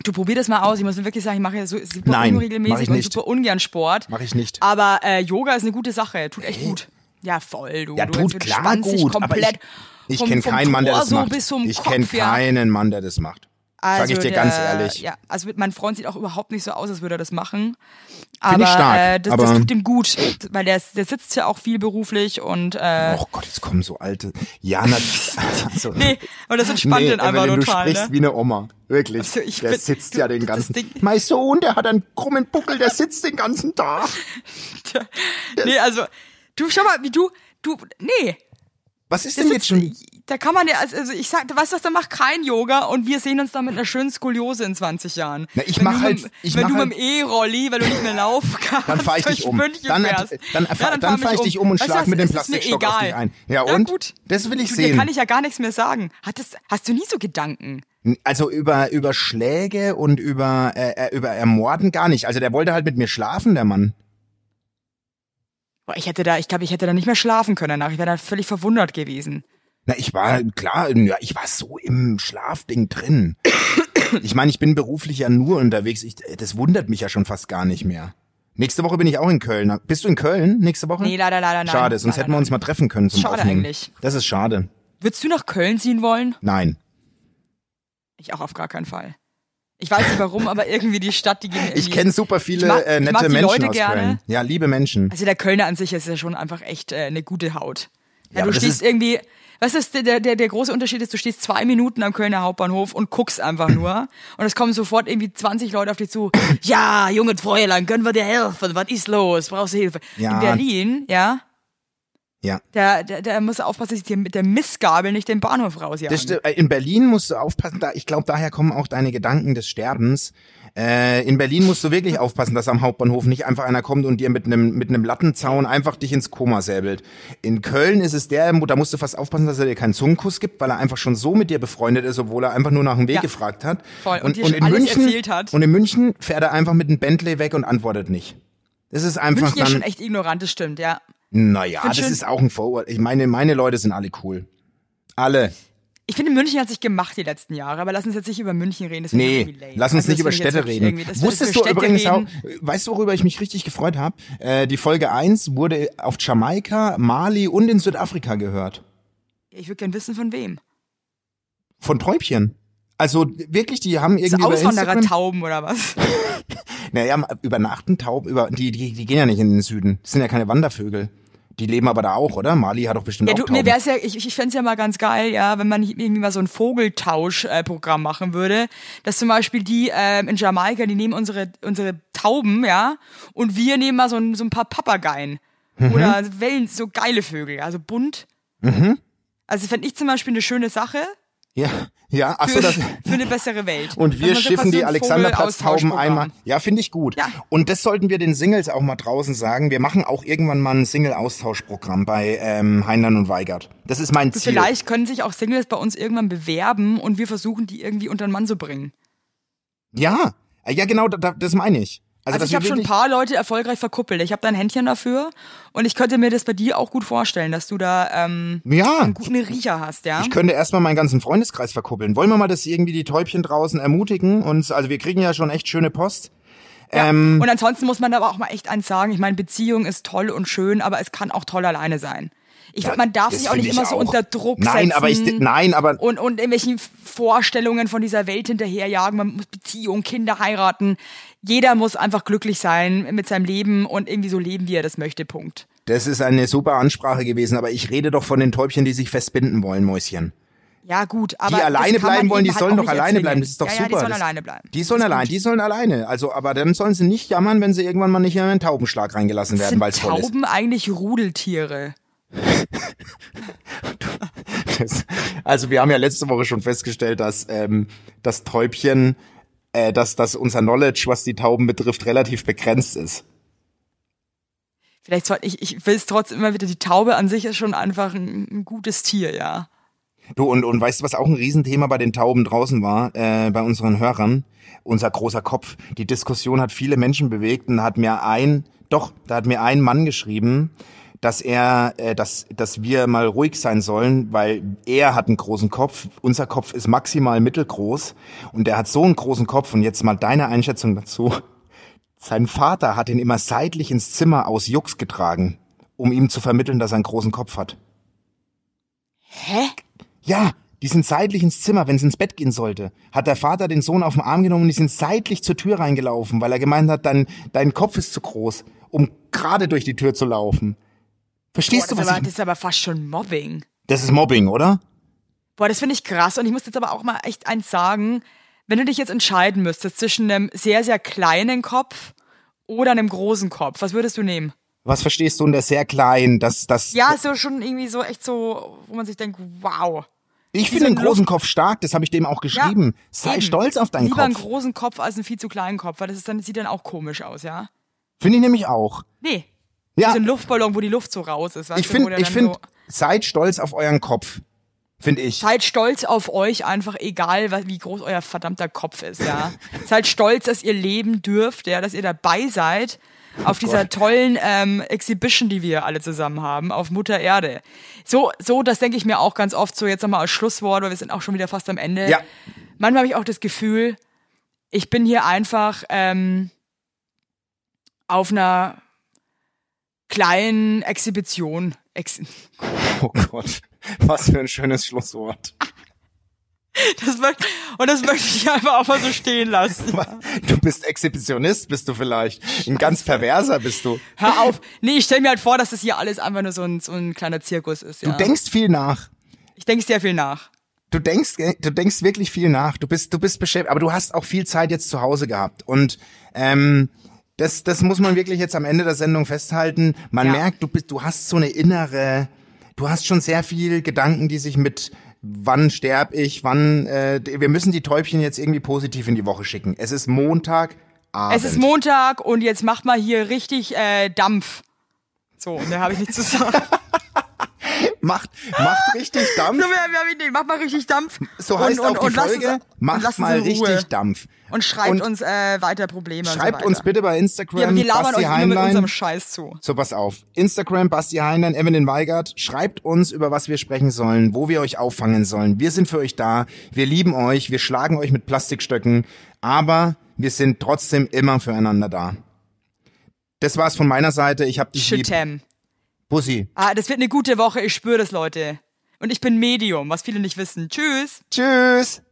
Du probier das mal aus. Ich muss wirklich sagen, ich mache ja so super Nein, mach ich unregelmäßig und nicht. super ungern Sport. Mache ich nicht. Aber äh, Yoga ist eine gute Sache. Tut echt gut. Ja, voll, du. also Ja, du, tut du klar entspannst dich gut, aber komplett ich, ich vom- kenne vom keinen Mann, der das Torso macht. Bis zum ich Kopf, kenne ja. Also keinen Mann, der das macht. Sag ich dir der- ganz ehrlich. Ja, also mein Freund sieht auch überhaupt nicht so aus, als würde er das machen. Find Aber, ich stark, äh, das, aber- das tut ihm gut, weil der, der sitzt ja auch viel beruflich und äh, Oh Gott, jetzt kommen so alte. Ja, natürlich. Also, nee, und das entspannt ihn einfach Evelyn, total. Du sprichst Ne? wie eine Oma. Wirklich. Also, ich der bin- sitzt du- ja den das ganzen Ding- Mein Sohn, der hat einen krummen Buckel, der sitzt den ganzen Tag. Nee, also du schau mal, wie du du nee, Was ist das denn jetzt sitzt, schon? da kann man ja also also ich sag, weißt du was, da macht kein Yoga und wir sehen uns dann mit einer schönen Skoliose in 20 Jahren. Na, ich wenn mach du halt- mit, ich wenn mach du halt- mit dem E-Rolli, weil du nicht mehr laufen kannst, Dann fahr ich durch dich um. München Dann, fährst. dann, Ja, dann, dann fahr fahre ich mich dich um. um und Weißt du schlag was, mit dem es ist mir Plastikstock auf dich egal. ein. Ja, und? gut. Das will ich du, Dir sehen. kann ich ja gar nichts mehr sagen. Hattest, hast du nie so Gedanken? Also über, über Schläge und über, äh, äh, über Ermorden gar nicht. Also der wollte halt mit mir schlafen, der Mann. Boah, ich hätte da, ich glaube, ich hätte da nicht mehr schlafen können danach. Ich wäre da völlig verwundert gewesen. Na, ich war, klar, ja, ich war so im Schlafding drin. Ich meine, ich bin beruflich ja nur unterwegs. Ich, das wundert mich ja schon fast gar nicht mehr. Nächste Woche bin ich auch in Köln. Bist du in Köln nächste Woche? Nee, leider, leider, nein. Schade, sonst Leider, hätten wir uns mal treffen können zum Schade Aufnehmen. eigentlich. Das ist schade. Würdest du nach Köln ziehen wollen? Nein. Ich auch auf gar keinen Fall. Ich weiß nicht warum, aber irgendwie die Stadt, die geht mir Ich irgendwie- kenne super viele Ich mag- äh, ich nette mag die Menschen Leute aus gerne. Köln. Ja, liebe Menschen. Also der Kölner an sich ist ja schon einfach echt äh, eine gute Haut. Ja, Ja, aber du das ist- stehst irgendwie, was ist der, der, der große Unterschied ist, du stehst zwei Minuten am Kölner Hauptbahnhof und guckst einfach nur und es kommen sofort irgendwie 20 Leute auf dich zu. Ja, junge Fräulein, können wir dir helfen? Was ist los? Brauchst du Hilfe? Ja. In Berlin, ja, Ja. da, da, da musst du aufpassen, dass ich dir mit der Missgabel nicht den Bahnhof rausjagen. Das stimmt. Äh, In Berlin musst du aufpassen, da, ich glaube, daher kommen auch deine Gedanken des Sterbens. Äh, in Berlin musst du wirklich aufpassen, dass am Hauptbahnhof nicht einfach einer kommt und dir mit einem mit einem Lattenzaun einfach dich ins Koma säbelt. In Köln ist es der, da musst du fast aufpassen, dass er dir keinen Zungenkuss gibt, weil er einfach schon so mit dir befreundet ist, obwohl er einfach nur nach dem Weg Ja. gefragt hat. Voll. Und dir schon alles erzählt hat. Und in München fährt er einfach mit einem Bentley weg und antwortet nicht. Das ist einfach München ist schon dann, echt ignorant, das stimmt, ja. naja, das schön- ist auch ein Vorurteil. Ich meine, meine Leute sind alle cool. Alle. Ich finde, München hat sich gemacht die letzten Jahre, aber lass uns jetzt nicht über München reden. Das finde ich Nee, irgendwie lame. lass uns Also, nicht das über finde ich jetzt Städte wirklich reden. irgendwie- dass wir Wusstest jetzt du über Städte übrigens auch, reden. weißt du, worüber ich mich richtig gefreut habe? Äh, die Folge 1 wurde auf Jamaika, Mali und in Südafrika gehört. Ich würde gerne wissen, von wem. Von Täubchen. Also wirklich, die haben So irgendwie über Instagram... Auswanderer-Tauben oder was? Naja, übernachten Tauben, über, die, die, die gehen ja nicht in den Süden. Das sind ja keine Wandervögel. Die leben aber da auch, oder? Mali hat doch bestimmt Ja, auch du, Tauben. mir wär's ja, ich, ich fänd's ja mal ganz geil, ja, wenn man hier irgendwie mal so ein Vogeltausch-Programm machen würde. Dass zum Beispiel die ähm, in Jamaika, die nehmen unsere, unsere Tauben, ja, und wir nehmen mal so ein, so ein paar Papageien. Mhm. Oder Wellen, so geile Vögel, also bunt. Mhm. Also fänd ich zum Beispiel eine schöne Sache ja, ja, ach so, für, das... für eine bessere Welt. Und wir Dass man so schiffen quasi die ein Alexanderplatztauben Vogelaustauschprogramm. einmal. Ja, finde ich gut. Ja. Und das sollten wir den Singles auch mal draußen sagen. Wir machen auch irgendwann mal ein Single-Austauschprogramm bei ähm, Heinlein und Weigert. Das ist mein Ziel. Vielleicht können sich auch Singles bei uns irgendwann bewerben und wir versuchen, die irgendwie unter den Mann zu bringen. Ja, ja genau, da, da, das meine ich. Also, dass ich wir habe schon ein wirklich- paar Leute erfolgreich verkuppelt. Ich habe da ein Händchen dafür und ich könnte mir das bei dir auch gut vorstellen, dass du da ähm, Ja, einen guten Riecher hast, ja? ich könnte erstmal meinen ganzen Freundeskreis verkuppeln. Wollen wir mal, dass irgendwie die Täubchen draußen ermutigen? Und also wir kriegen ja schon echt schöne Post. ja. ähm, und ansonsten muss man aber auch mal echt eins sagen. Ich meine, Beziehung ist toll und schön, aber es kann auch toll alleine sein. Ich finde, man darf Das sich auch finde nicht ich immer so auch. unter Druck setzen. Nein, aber ich, nein, aber und, und irgendwelchen Vorstellungen von dieser Welt hinterherjagen. Man muss Beziehungen, Kinder heiraten. Jeder muss einfach glücklich sein mit seinem Leben und irgendwie so leben, wie er das möchte. Punkt. das ist eine super Ansprache gewesen. Aber ich rede doch von den Täubchen, die sich festbinden wollen, Mäuschen. Ja, gut, aber. die das alleine kann man bleiben wollen, die eben halt sollen auch doch nicht alleine erzwingen. bleiben. Das ist doch ja, super. Ja, die sollen das, alleine bleiben. Die sollen allein, die sollen alleine. Also, aber dann sollen sie nicht jammern, wenn sie irgendwann mal nicht in einen Taubenschlag reingelassen werden, weil es voll ist. Tauben eigentlich Rudeltiere. Das, also, wir haben ja letzte Woche schon festgestellt, dass ähm, das Täubchen, äh, dass, dass unser Knowledge, was die Tauben betrifft, relativ begrenzt ist. Vielleicht soll ich, ich will es trotzdem immer wieder, die Taube an sich ist schon einfach ein, ein gutes Tier, ja. Du, und, und weißt du, was auch ein Riesenthema bei den Tauben draußen war, äh, bei unseren Hörern? Unser großer Kopf. Die Diskussion hat viele Menschen bewegt und hat mir ein, doch, da hat mir ein Mann geschrieben, dass er, äh, dass, dass wir mal ruhig sein sollen, weil er hat einen großen Kopf, unser Kopf ist maximal mittelgroß und er hat so einen großen Kopf und jetzt mal deine Einschätzung dazu. Sein Vater hat ihn immer seitlich ins Zimmer aus Jux getragen, um ihm zu vermitteln, dass er einen großen Kopf hat. Hä? Ja, die sind seitlich ins Zimmer, wenn es ins Bett gehen sollte. Hat der Vater den Sohn auf den Arm genommen und die sind seitlich zur Tür reingelaufen, weil er gemeint hat, dein, dein Kopf ist zu groß, um gerade durch die Tür zu laufen. Boah, Verstehst das, du, ist was aber, ich... das ist aber fast schon Mobbing. Das ist Mobbing, oder? Boah, das finde ich krass. Und ich muss jetzt aber auch mal echt eins sagen. Wenn du dich jetzt entscheiden müsstest zwischen einem sehr, sehr kleinen Kopf oder einem großen Kopf, was würdest du nehmen? Was verstehst du unter sehr klein? Das, das, Ja, so schon irgendwie so echt so, wo man sich denkt, wow. ich finde so den ein großen Kopf stark, das habe ich dem auch Ja, geschrieben. Sei eben. stolz auf deinen Lieber einen Kopf. großen Kopf als einen viel zu kleinen Kopf, weil das ist dann, sieht dann auch komisch aus, ja? Finde ich nämlich auch. Nee. Ja, So ein Luftballon, wo die Luft so raus ist. Weißt ich du, wo finde, der ich dann finde, So seid stolz auf euren Kopf. Finde ich. seid stolz auf euch, einfach egal, was- wie groß euer verdammter Kopf ist, ja? seid stolz, dass ihr leben dürft, ja? Dass ihr dabei seid Oh auf dieser tollen ähm, Exhibition, die wir alle zusammen haben, auf Mutter Erde. So, so das denke ich mir auch ganz oft so jetzt nochmal als Schlusswort, weil wir sind auch schon wieder fast am Ende. Ja. Manchmal habe ich auch das Gefühl, ich bin hier einfach ähm, auf einer kleinen Exhibition. Ex Oh Gott, was für ein schönes Schlusswort. das möcht- und das möchte ich einfach auch mal so stehen lassen. Du bist Exhibitionist, bist du vielleicht. Ein ganz perverser bist du. Hör auf. Nee, ich stelle mir halt vor, dass das hier alles einfach nur so ein, so ein kleiner Zirkus ist. Ja. Du denkst viel nach. ich denke sehr viel nach. Du denkst, äh, du denkst wirklich viel nach. Du bist, du bist beschäftigt, aber du hast auch viel Zeit jetzt zu Hause gehabt. Und ähm, das, das muss man wirklich jetzt am Ende der Sendung festhalten. Man Ja. merkt, du bist, du hast so eine innere, du hast schon sehr viel Gedanken, die sich mit wann sterb ich, wann. Äh, wir müssen die Täubchen jetzt irgendwie positiv in die Woche schicken. Es ist Montag. Ah, Es ist Montag und jetzt macht mal hier richtig äh, Dampf. So, und da habe ich nichts zu sagen. macht, macht richtig Dampf. Nur, wir, wir haben Ideen. Mach mal richtig Dampf. So heißt und, und, auch die und lass Folge. Uns, und lass macht uns mal in Ruhe. richtig Dampf. Und schreibt Und uns äh, weiter Probleme. und Schreibt so uns weiter. bitte bei Instagram, Wir, wir labern Basti euch nur mit Heinlein. unserem Scheiß zu. So, pass auf. Instagram, Basti Heinlein, Evelyn Weigert. Schreibt uns, über was wir sprechen sollen, wo wir euch auffangen sollen. Wir sind für euch da. Wir lieben euch. Wir schlagen euch mit Plastikstöcken. Aber wir sind trotzdem immer füreinander da. Das war's von meiner Seite. Ich hab dich lieb. Shitam. Bussi. Ah, das wird eine gute Woche. Ich spüre das, Leute. Und ich bin Medium, was viele nicht wissen. Tschüss. Tschüss.